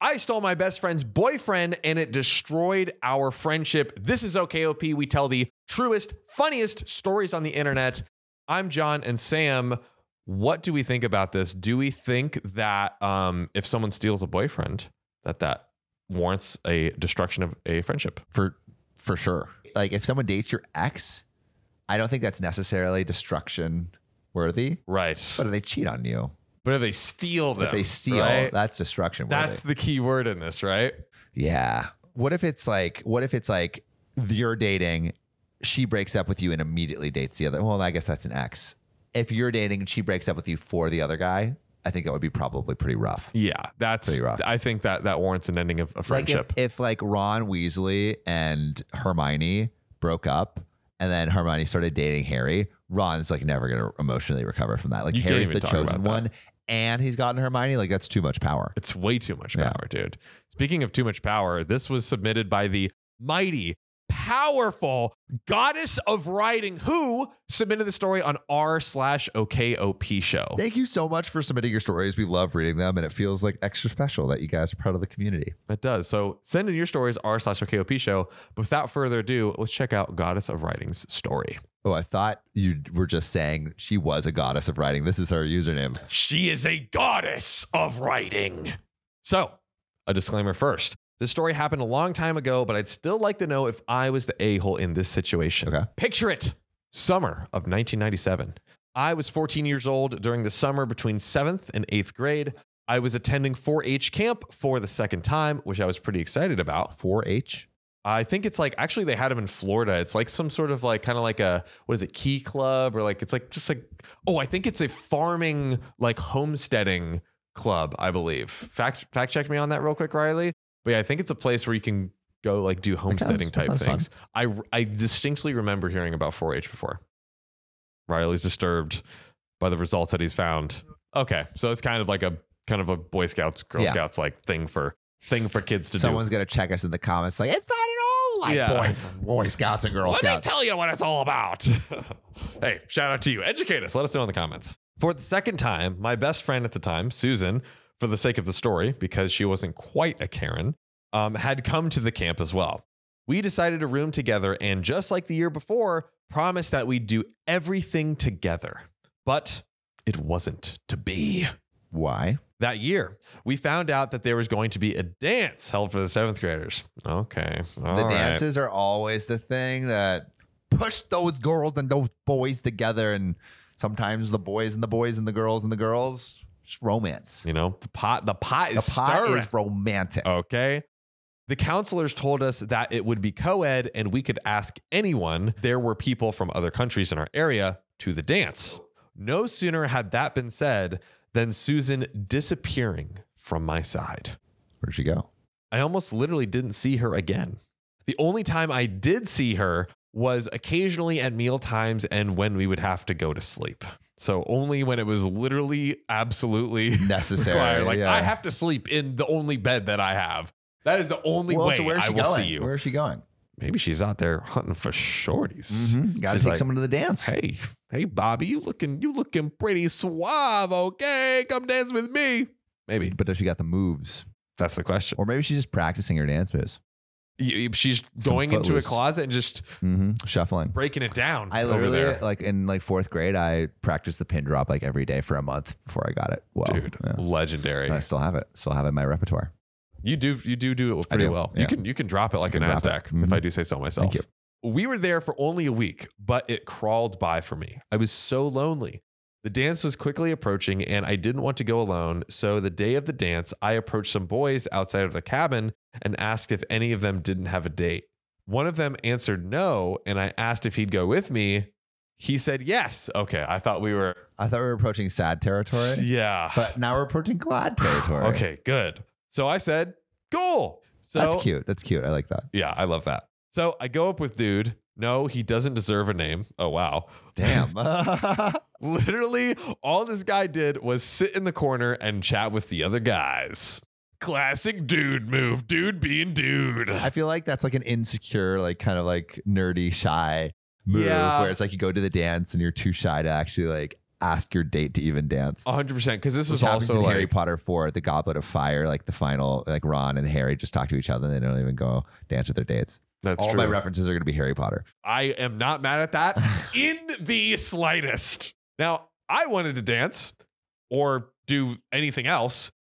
I stole my best friend's boyfriend and it destroyed our friendship. This is OKOP. We tell the truest, funniest stories on the internet. I'm John and Sam. What do we think about this? Do we think that um, if someone steals a boyfriend, that that warrants a destruction of a friendship? for for sure. Like if someone dates your ex, I don't think that's necessarily destruction worthy. Right. But if they cheat on you, But if they steal them, if they steal, right? that's destruction worthy. that's the key word in this, right? yeah. What if it's like what if it's like you're dating, she breaks up with you and immediately dates the other well, I guess that's an ex. If you're dating and she breaks up with you for the other guy, I think that would be probably pretty rough. Yeah, that's. Pretty rough. I think that that warrants an ending of a Like if- friendship. if, like Ron Weasley and Hermione broke up and then Hermione started dating Harry, Ron's like never gonna emotionally recover from that. Like You can't Harry's even the talk chosen about that. one and he's gotten Hermione, like that's too much power. It's way too much Yeah. power, dude. Speaking of too much power, this was submitted by the mighty, powerful goddess of writing who submitted the story on r slash OKOP show. Thank you so much for submitting your stories. We love reading them and it feels like extra special that you guys are part of the community. That does. So send in your stories r slash OKOP show. But without further ado, let's check out Goddess of Writing's story. Oh, I thought you were just saying she was a goddess of writing. This is her username. She is a goddess of writing. So, a disclaimer first. This story happened a long time ago, but I'd still like to know if I was the a hole in this situation. Okay. Picture it summer of 1997. I was 14 years old during the summer between seventh and eighth grade. I was attending 4 H camp for the second time, which I was pretty excited about. 4 H. I think it's like actually they had them in Florida. It's like some sort of like kind of like a what is it key club or like it's like just like oh I think it's a farming like homesteading club I believe. Fact fact check me on that real quick Riley. But yeah, I think it's a place where you can go like do homesteading that type sounds fun. things. I I distinctly remember hearing about 4-H before. Riley's disturbed by the results that he's found. Okay, so it's kind of like a kind of a Boy Scouts Girl Yeah. Scouts like thing for thing for kids to do. Someone's gonna check us in the comments like it's not at all like Yeah. boy, boy scouts and girl Let scouts. me tell you what it's all about. hey, shout out to you. Educate us. Let us know in the comments. For the second time, my best friend at the time, Susan, for the sake of the story, because she wasn't quite a Karen, um, had come to the camp as well. We decided to room together and, just like the year before, promised that we'd do everything together. But it wasn't to be Why? that year, we found out that there was going to be a dance held for the seventh graders. Okay. all the right. dances are always the thing that push those girls and those boys together and sometimes the boys and the boys and the girls and the girls it's romance You know, the pot, the pot the is pot stirring. is Oh. romantic Okay. The counselors told us that it would be co ed and we could ask anyone. There were people from other countries in our area to the dance. No sooner had that been said than Susan disappearing from my side. where'd she go I almost literally didn't see her again. The only time I did see her was occasionally at meal times and when we would have to go to sleep. So only when it was literally absolutely necessary required. Like yeah. I have to sleep in the only bed that I have. That is the only well, way so where's I she will going? see you. Where's she going? Maybe she's out there hunting for shorties. Got to Mm-hmm. She's take like, someone to the dance. Hey, hey, Bobby, you looking you looking pretty suave. Okay, come dance with me. Maybe But does she got the moves? that's the question. Or maybe she's just practicing her dance moves. Y- y- She's Some going into a Footloose. closet and just Mm-hmm. Shuffling. breaking it down. I over literally there. like in like fourth grade, I practiced the pin drop like every day for a month before I got it. Wow, dude, Yeah. legendary. And I still have it. Still have it in my repertoire. You do you do do it I pretty do, well. You yeah. can you can drop it like a can drop it. Nasdaq if Mhm. I do say so myself. Thank We were there for only a week, but it crawled by for me. I was so lonely. The dance was quickly approaching and I didn't want to go alone, so the day of the dance, I approached some boys outside of the cabin and asked if any of them didn't have a date. One of them answered no, and I asked if he'd go with me. He said yes. Okay, I thought we were I thought we were approaching sad territory, Yeah. but now we're approaching glad territory. Okay, good. So I said, "Goal." So that's cute. That's cute. I like that. Yeah, I love that. So I go up with dude. No, he doesn't deserve a name. Oh wow. Damn. Literally, all this guy did was sit in the corner and chat with the other guys. Classic dude move, dude being dude. I feel like that's like an insecure, like kind of like nerdy, shy move Yeah. where it's like you go to the dance and you're too shy to actually like ask your date to even dance. 100% because Oh, this Which was happens also in like, Harry Potter 4, the Goblet of Fire, like the final, like Ron and Harry just talk to each other and they don't even go dance with their dates. that's All true. my references are going to be Harry Potter. I am not mad at that in the slightest. Now, I wanted to dance or do anything else.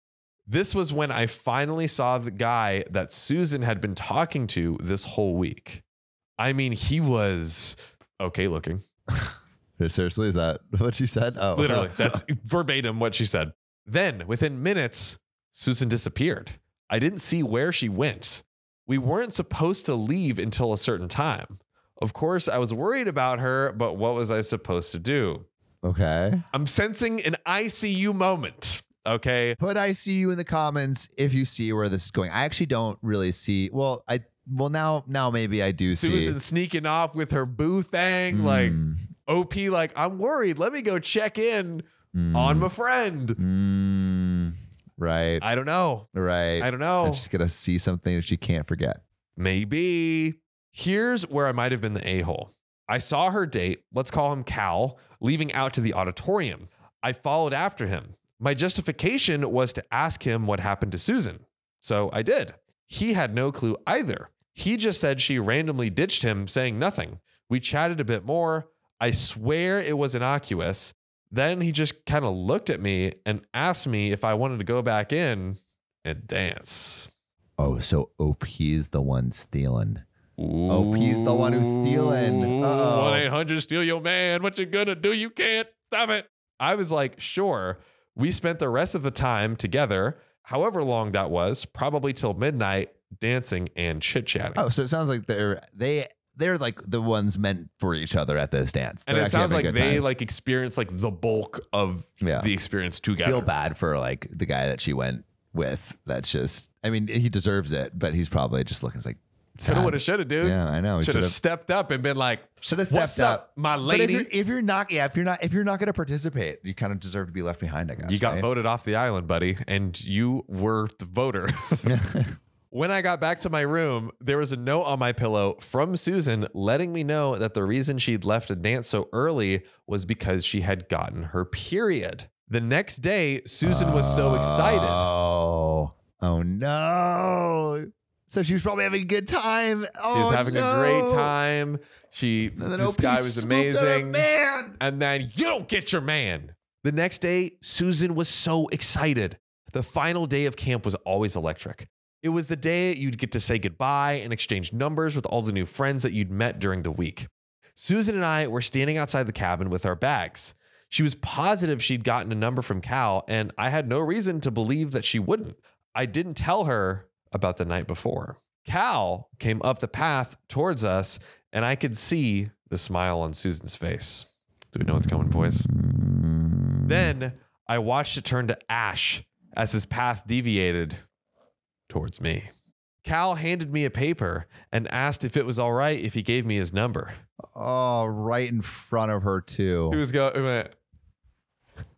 This was when I finally saw the guy that Susan had been talking to this whole week. I mean, he was okay looking. Seriously, is that what you said? Oh, Literally, that's verbatim what she said. Then, within minutes, Susan disappeared. I didn't see where she went. We weren't supposed to leave until a certain time. Of course, I was worried about her, but what was I supposed to do? okay. I'm sensing an ICU moment. Okay. Put I see you in the comments if you see where this is going. I actually don't really see. Well, I well now now maybe I do Susan sneaking off with her boo see. thing, like Mm, OP, like, I'm worried. Let me go check in mm, on my friend. mm, right, I don't know. right. I don't know. I'm just gonna see something that you can't forget. Maybe. Here's where I might have been the a hole. I saw her date, let's call him Cal, leaving out to the auditorium. I followed after him. My justification was to ask him what happened to Susan. So I did. He had no clue either. He just said she randomly ditched him, saying nothing. We chatted a bit more. I swear it was innocuous. Then he just kind of looked at me and asked me if I wanted to go back in and dance. Oh, so OP is the one stealing. Oh, he's the one who's stealing. Uh-oh. 1 800 steal your man. What you gonna do? You can't stop it. I was like, sure. We spent the rest of the time together, however long that was, probably till midnight, dancing and chit chatting. Oh, so it sounds like they're they they're like the ones meant for each other at this dance. and They're it actually sounds having a like good they time. like experience like the bulk of Yeah. the experience together. feel bad for like the guy that she went with. That's just I mean he deserves it, but he's probably just looking it's like Shoulda, sad. woulda, shoulda, dude. Yeah, I know. Should have stepped up and been like, should have "What's stepped up. up, my But if you're, lady?" if you're not, yeah, if you're not, if you're not going to participate, you kind of deserve to be left behind. I guess You got right? voted off the island, buddy, and you were the voter. When I got back to my room, there was a note on my pillow from Susan letting me know that the reason she'd left a dance so early was because she had gotten her period. The next day, Susan was so excited. Oh, oh no! So she was probably having a good time. Oh, She was having a great time. She this guy was amazing. Man, And then you don't get your man. The next day, Susan was so excited. The final day of camp was always electric. It was the day you'd get to say goodbye and exchange numbers with all the new friends that you'd met during the week. Susan and I were standing outside the cabin with our bags. She was positive she'd gotten a number from Cal, and I had no reason to believe that she wouldn't. I didn't tell her about the night before. Cal came up the path towards us, and I could see the smile on Susan's face. Do we know what's coming, boys? Mm. Then I watched it turn to ash as his path deviated towards me. Cal handed me a paper and asked if it was all right if he gave me his number. oh, right in front of her too. He was going, he went,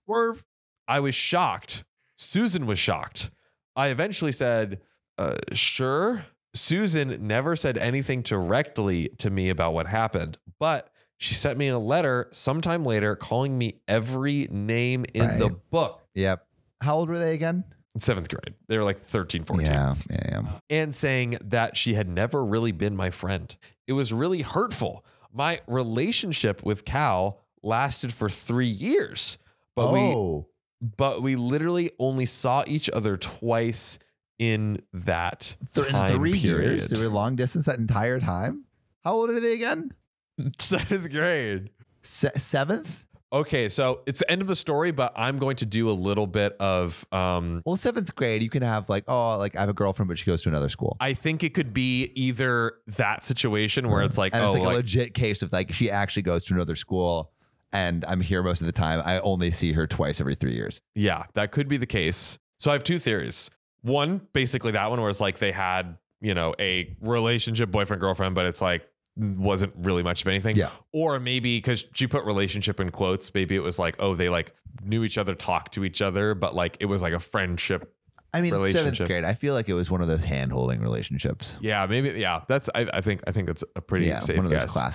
Swerve. I was shocked. Susan was shocked. I eventually said, uh, sure. Susan never said anything directly to me about what happened, but she sent me a letter sometime later calling me every name in the Right. book. Yep. How old were they again? Oh, In seventh grade. They were like 13, 14. Yeah, yeah, yeah. And saying that she had never really been my friend. It was really hurtful. My relationship with Cal lasted for three years, but we oh, but we literally only saw each other twice in that th- in time three period. years. They were long distance that entire time. How old are they again? Seventh grade. Se- seventh. Okay, so it's the end of the story, but I'm going to do a little bit of. Um, Well, seventh grade, you can have like, oh, like I have a girlfriend, but she goes to another school. I think it could be either that situation where it's like, Mm-hmm. and oh, it's like, a like- legit case of like she actually goes to another school and I'm here most of the time. I only see her twice every three years. Yeah, that could be the case. So I have two theories. One, basically that one where it's like they had, you know, a relationship, boyfriend, girlfriend, but it's like wasn't really much of anything. Yeah. Or maybe because she put relationship in quotes, maybe it was like, oh, they like knew each other, talked to each other, but like it was like a friendship. I mean, seventh Relationship. grade, I feel like it was one of those hand holding relationships. Yeah, maybe. Yeah, that's, I, I think, I think that's a pretty yeah, safe one of those guess. uh,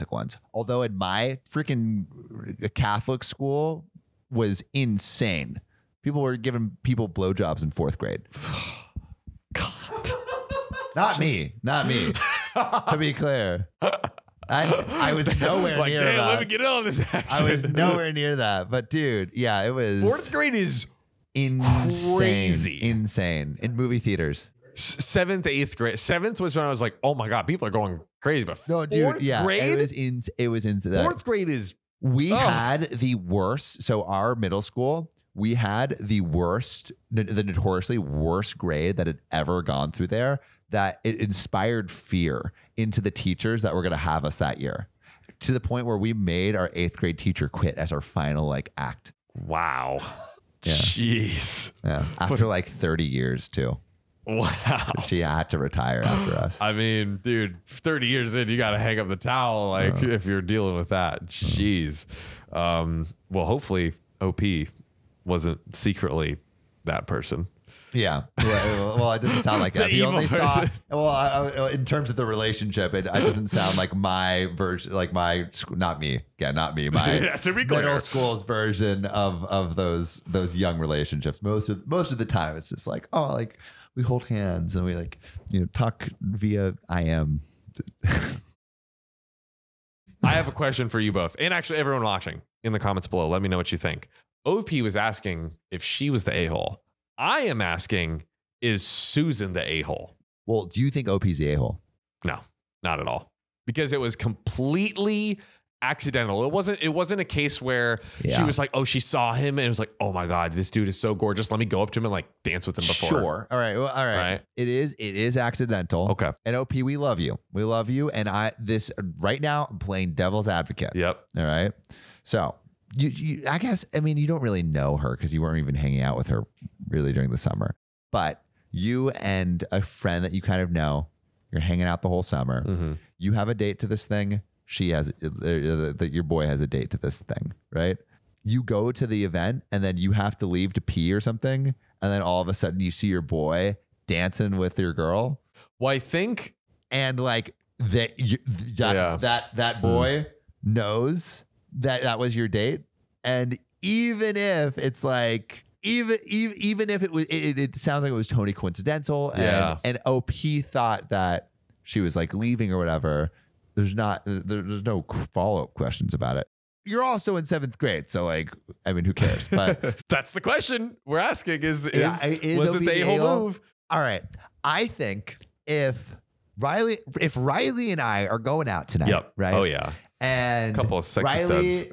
was insane. People were giving people blowjobs in fourth grade. God. Not me. Not me. to be clear, I, I was nowhere like, near damn, that. let me get in on this action. I was nowhere near that. But dude, yeah, it was Fourth grade is insane, crazy. insane in movie theaters. s- seventh, eighth grade. Seventh was when I was like, oh my God, people are going crazy. But No, dude, fourth yeah, grade? it was in, it was into that. fourth grade is we oh. had the worst. So our middle school, we had the worst, the- the notoriously worst grade that had ever gone through there. That it inspired fear into the teachers that were going to have us that year, to the point where we made our eighth grade teacher quit as our final like act. wow. Yeah. Jeez. Yeah, after like thirty years too. Wow. She had to retire after us. I mean, dude, 30 years in, you got to hang up the towel. Like, if you're dealing with that, jeez. Um, well, hopefully, OP wasn't secretly that person. Yeah. Well, well, it doesn't sound like The that. He evil only saw. person. Well, I, I, in terms of the relationship, it, it doesn't sound like my version, like my sc- not me, yeah, not me, my Yeah, to be middle clear. school's version of of those those young relationships. Most of most of the time, it's just like oh, like we hold hands and we like you know talk via IM. I have a question for you both, and actually, everyone watching in the comments below. Let me know what you think. OP was asking if she was the a hole. I am asking, is Susan the a hole? Well, do you think OP's the a hole? not at all because it was completely accidental it wasn't it wasn't a case where she Yeah. was like oh she saw him and it was like oh my god this dude is so gorgeous let me go up to him and like dance with him before Sure. All right. Well, all right. Right. It is. It is accidental. okay And OP, we love you. We love you. And I this right now I'm playing devil's advocate. yep All right. So you, you I guess I mean you don't really know her because you weren't even hanging out with her really during the summer. But you and a friend that you kind of know, you're hanging out the whole summer. Mhm. You have a date to this thing. She has uh, that your boy has a date to this thing, right? You go to the event and then you have to leave to pee or something, and then all of a sudden you see your boy dancing with your girl well i think and like that you, that, Yeah. Hmm. that that boy knows that that was your date and even if it's like even even, even if it was it, it- it sounds like it was totally coincidental and Yeah. and op thought that she was like leaving or whatever there's not there, there's no follow-up questions about it you're also in seventh grade so like i mean who cares but that's the question we're asking is is, Yeah, is was OP it the the a a-hole? hole move All right. I think if Riley if Riley and I are going out tonight, yep right? oh yeah And Couple of sexy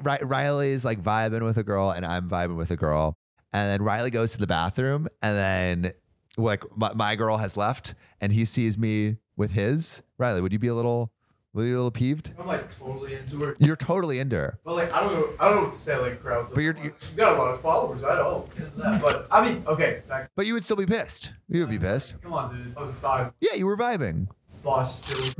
Riley Ri- Riley's like vibing with a girl and I'm vibing with a girl. And then Riley goes to the bathroom and then like my, my girl has left and he sees me with his. Riley, would you be a little would you be a little peeved? I'm like totally into her. You're totally into her. But like I don't know, I don't know what to say like crowds. But you're- she got a lot of followers. I don't get that. But I mean, okay, back, But you would still be pissed. You would be pissed. come on, dude. I was five. Yeah, you were vibing. Boss still.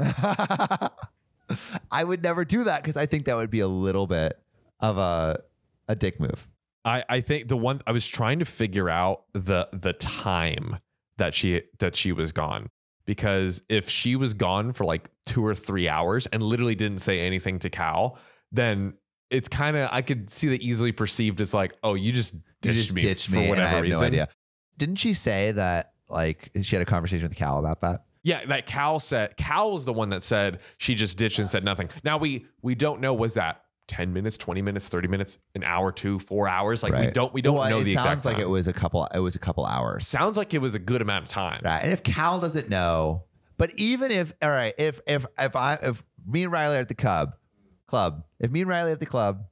I would never do that because I think that would be a little bit of a a dick move. I, I think the one I was trying to figure out the the time that she that she was gone because if she was gone for like two or three hours and literally didn't say anything to Cal, then it's kind of I could see that easily perceived as like oh you just You ditched just me ditched for me, and whatever I have reason no idea. Didn't she say that? Like she had a conversation with Cal about that. yeah that Cal said Cal was the one that said she just ditched and said nothing now we we don't know was that. 10 minutes, 20 minutes, 30 minutes, an hour, two, four hours. Like we Right. don't we don't well, know it the exact sounds like time. it was a couple. It was a couple hours. sounds like it was a good amount of time. Right. And if Cal doesn't know, but even if all right, if if if I if me and Riley are at the club, club, if me and Riley are at the club,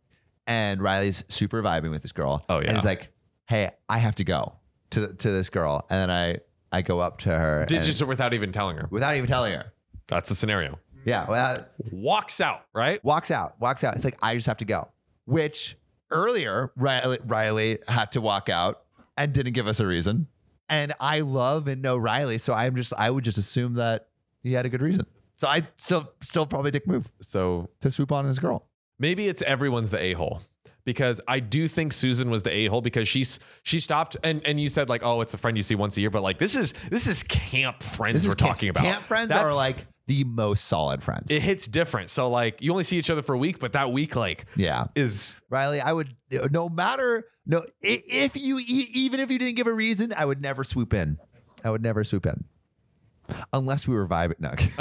and Riley's super vibing with this girl, Oh, yeah. and it's like, hey, I have to go to to this girl, and then I I go up to her, Did and- just without even telling her. without even telling her. That's the scenario. Yeah, well, Walks out, right? walks out, walks out. It's like I just have to go. Which earlier Riley, Riley had to walk out and didn't give us a reason. And I love and know Riley, so I'm just I would just assume that he had a good reason. So I still still probably dick move So to swoop on his girl. maybe it's everyone's the a hole because I do think Susan was the a hole because she's she stopped and and you said like oh it's a friend you see once a year but like this is this is camp friends we're camp- talking about Camp friends That's- are like the most solid friends. It hits different. So like you only see each other for a week, but that week like yeah. is Riley, I would no matter no i- if you e- even if you didn't give a reason, I would never swoop in. I would never swoop in. Unless we were vibing. No.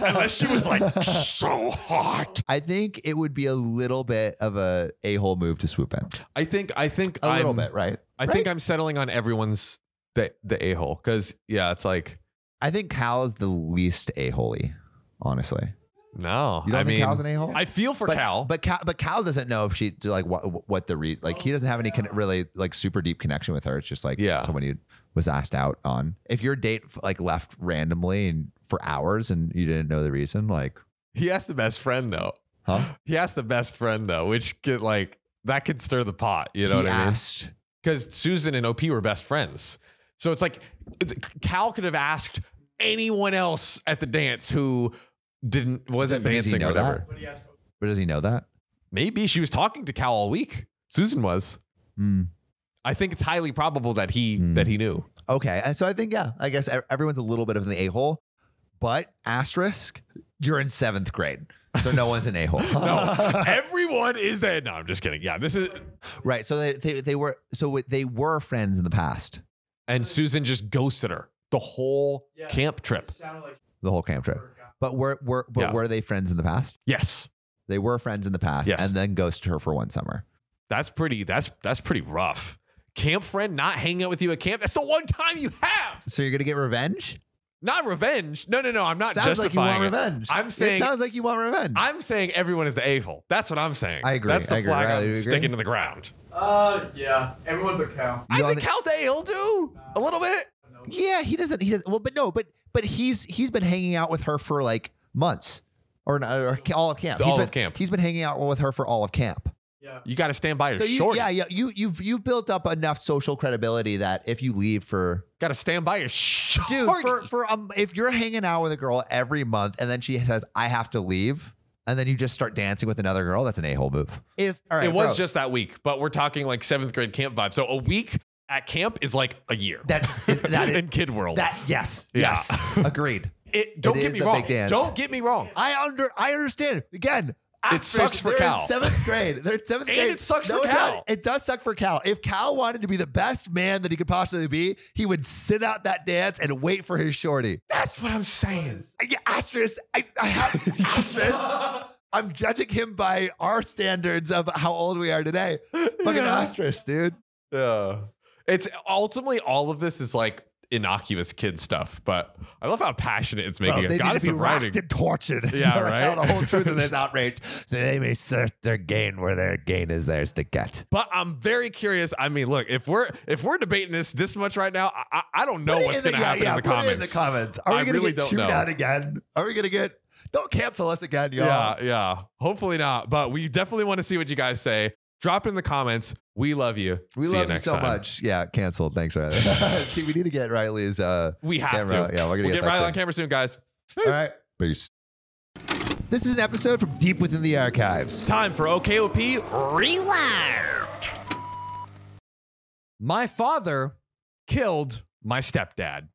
unless she was like so hot. I think it would be a little bit of a a-hole move to swoop in. I think I think A I'm, little bit, right? I think I'm settling on everyone's the the a hole because yeah, it's like I think Cal is the least a-holy, honestly. no. You don't I think mean, Cal's an a-hole? I feel for but, Cal, But Cal, but Cal doesn't know if she like what what the re like he doesn't have any con- really like super deep connection with her. It's just like Yeah. someone you was asked out on. If your date like left randomly and for hours and you didn't know the reason, like he asked the best friend though. huh? He asked the best friend though, which could like that could stir the pot. You know he what I mean? asked. Because Susan and OP were best friends, so it's like it- Cal could have asked anyone else at the dance who didn't wasn't But does he dancing or know that? whatever. But he asked, But does he know that? Maybe she was talking to Cal all week. Susan was. Hmm. I think it's highly probable that he Hmm. that he knew. Okay, and so I think yeah, I guess e- everyone's a little bit of an a hole, but asterisk, you're in seventh grade, so no one's an a hole. No, everyone is there. No, I'm just kidding. Yeah, this is. right. So they, they they were so they were friends in the past, And Susan just ghosted her the whole Yeah. camp trip. it sounded like the whole camp trip. But were were but Yeah. were they friends in the past? Yes, They were friends in the past, Yes. and then ghosted her for one summer. that's pretty. That's that's pretty rough. Camp friend not hanging out with you at camp. That's the one time you have. So you're gonna get revenge? Not revenge. No, no, no. I'm not Sounds like you justifying want it. revenge. I'm it saying- sounds like you want revenge. I'm saying everyone is the a hole. That's what I'm saying. I agree. That's the I agree. flag Riley, I'm you agree? sticking to the ground. Uh, yeah, everyone but Cal. You I don't think thi- Cal's the a hole too. A little bit. yeah, he doesn't. He doesn't. Well, but no, but but he's he's been hanging out with her for like months, or, not, or ca- all of camp. The He's all been, of camp. He's been hanging out with her for all of camp. Yeah. You got to stand by your So short. you, yeah, yeah, you you've you've built up enough social credibility that if you leave for Got to stand by your short. dude for, for um if you're hanging out with a girl every month and then she says I have to leave and then you just start dancing with another girl that's an a hole move. If all right, it was bro, just that week, but we're talking like seventh grade camp vibe. So a week at camp is like a year. that that is, in kid world. that yes Yeah. yes agreed. it, don't it get is me the wrong. big dance. Don't get me wrong. I under I understand again. asterisk, sucks for they're Cal. In seventh grade. They're in seventh And grade. it sucks for it Cal. does- It does suck for Cal. If Cal wanted to be the best man that he could possibly be, he would sit out that dance and wait for his shorty. That's what I'm saying. I- yeah, asterisk. I, I have asterisk. I'm judging him by our standards of how old we are today. Fucking Yeah. asterisk, dude. Yeah. It's ultimately all of this is like innocuous kid stuff, but I love how passionate it's Well, making. they a need goddess to be of writing. racked and tortured. Yeah, They're right? The whole truth of this outrage, so they may search their gain where their gain is theirs to get. But I'm very curious. I mean, look, if we're if we're debating this this much right now, I, I- I don't know Put it what's in the- going to yeah, happen yeah, in the put it comments. comments. Are we I gonna really get don't chewed know. out again? Are we gonna get? Don't cancel us again, y'all. Yeah, yeah. Hopefully not, but we definitely want to see what you guys say. Drop it in the comments. We love you. We See love you next so time. much. Yeah, canceled. Thanks, Riley. See, we need to get Riley's uh, We have camera. to. Yeah, we're gonna We'll get, get that right soon. on camera soon, guys. All right. Peace. This is an episode from Deep Within the Archives. Time for OKOP Rewind. My father killed my stepdad.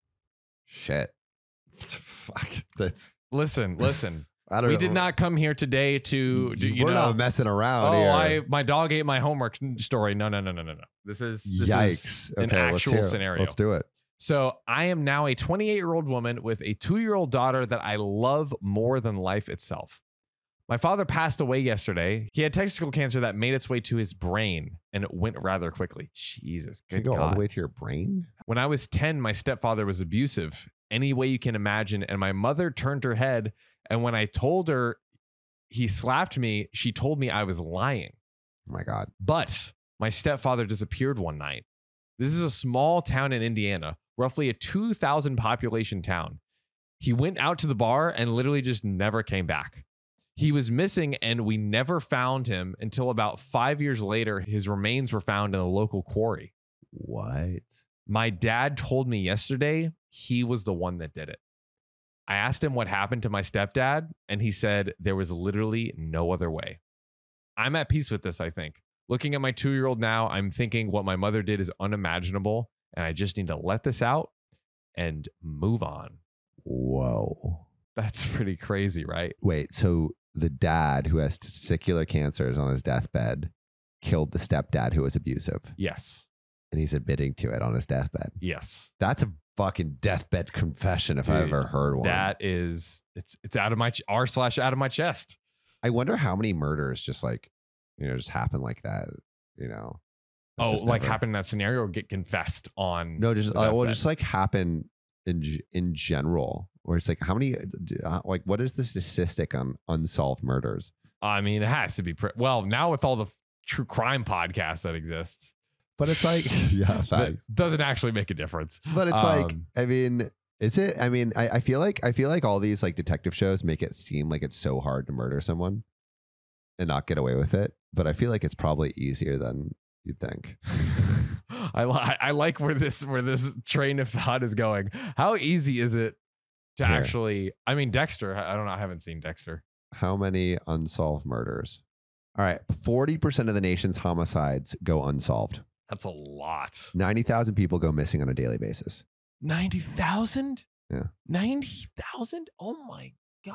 Shit. Fuck. That's. Listen, listen. I don't we know. did not come here today to, do you We're know. not messing around Oh, here. I my dog ate my homework story. No, no, no, no, no, no. This is this Yikes. is an okay, let's actual hear it. scenario. Let's do it. So I am now a 28 year old woman with a two year old daughter that I love more than life itself. My father passed away yesterday. He had testicle cancer that made its way to his brain and it went rather quickly. Jesus, Can you good go all God. the way to your brain? When I was 10, my stepfather was abusive, any way you can imagine. And my mother turned her head. And when I told her he slapped me, she told me I was lying. Oh my God. But my stepfather disappeared one night. This is a small town in Indiana, roughly a 2,000 population town. He went out to the bar and literally just never came back. He was missing, and we never found him until about five years later. His remains were found in a local quarry. What? My dad told me yesterday he was the one that did it. I asked him what happened to my stepdad, and he said there was literally no other way. I'm at peace with this, I think. Looking at my two year old now, I'm thinking what my mother did is unimaginable, and I just need to let this out and move on. Whoa. That's pretty crazy, right? Wait, so the dad who has testicular cancer is on his deathbed killed the stepdad who was abusive, Yes. and he's admitting to it on his deathbed. Yes. That's a fucking deathbed confession if I Dude, ever heard one. That is it's it's out of my ch- r slash out of my chest. I wonder how many murders just like you know just happen like that. You know, That Oh, just like never- happen in that scenario or get confessed on No, just the uh, well, deathbed. just like happen in g- in general, where it's like how many d- uh, like what is the statistic on unsolved murders? I mean, it has to be pre- well, now with all the f- true crime podcasts that exists. But it's like yeah, that facts. doesn't actually make a difference. But it's like Um, I mean, is it? I mean, I, I feel like I feel like all these like detective shows make it seem like it's so hard to murder someone and not get away with it. But I feel like it's probably easier than you'd think. I li- I like where this where this train of thought is going. How easy is it to Yeah. actually? I mean, Dexter. I I don't know. I haven't seen Dexter. How many unsolved murders? All right, forty percent of the nation's homicides go unsolved. That's a lot. Ninety thousand people go missing on a daily basis. Ninety thousand. Yeah. Ninety thousand. Oh my god.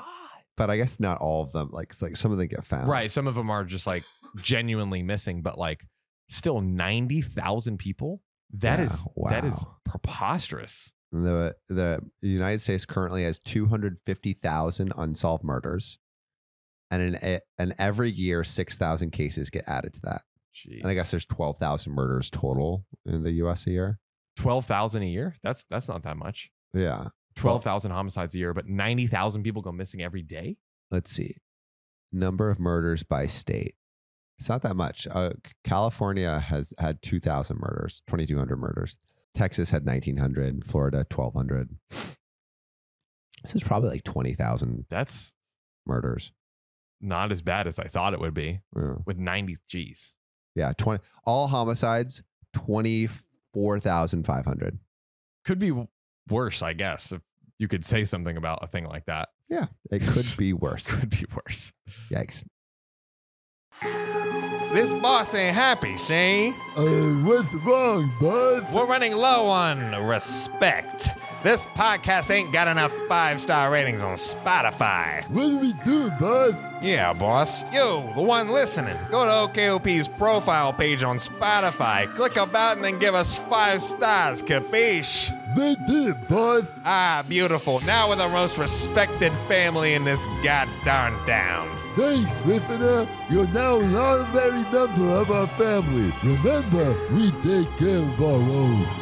but I guess not all of them. Like it's like some of them get found. Right. Some of them are just like genuinely missing, but like still ninety thousand people. That Yeah, is that is wow. preposterous. The the United States currently has two hundred fifty thousand unsolved murders, and an, and every year six thousand cases get added to that. And I guess there's twelve thousand murders total in the U.S. a year. twelve thousand a year. That's that's not that much. Yeah. Twelve thousand homicides a year, but ninety thousand people go missing every day. Let's see. Number of murders by state. It's not that much. Uh, California has had two thousand murders, twenty two hundred murders. Texas had nineteen hundred. Florida twelve hundred. This is probably like twenty thousand That's murders. not as bad as I thought it would be Yeah. with 90 G's. Yeah, twenty all homicides, twenty four thousand five hundred. Could be w- worse, I guess, if you could say something about a thing like that. Yeah, it could be worse. Could be worse. Yikes! This boss ain't happy, see? Uh, what's wrong, bud? We're running low on respect. This podcast ain't got enough five star ratings on Spotify. What do we do, bud? Yeah, boss. Yo, the one listening, go to OKOP's profile page on Spotify, click about, and then give us five stars, capiche? They did, bud. Ah, beautiful. Now we're the most respected family in this goddamn town. Thanks, listener. You're now an honorary member of our family. Remember, we take care of our own.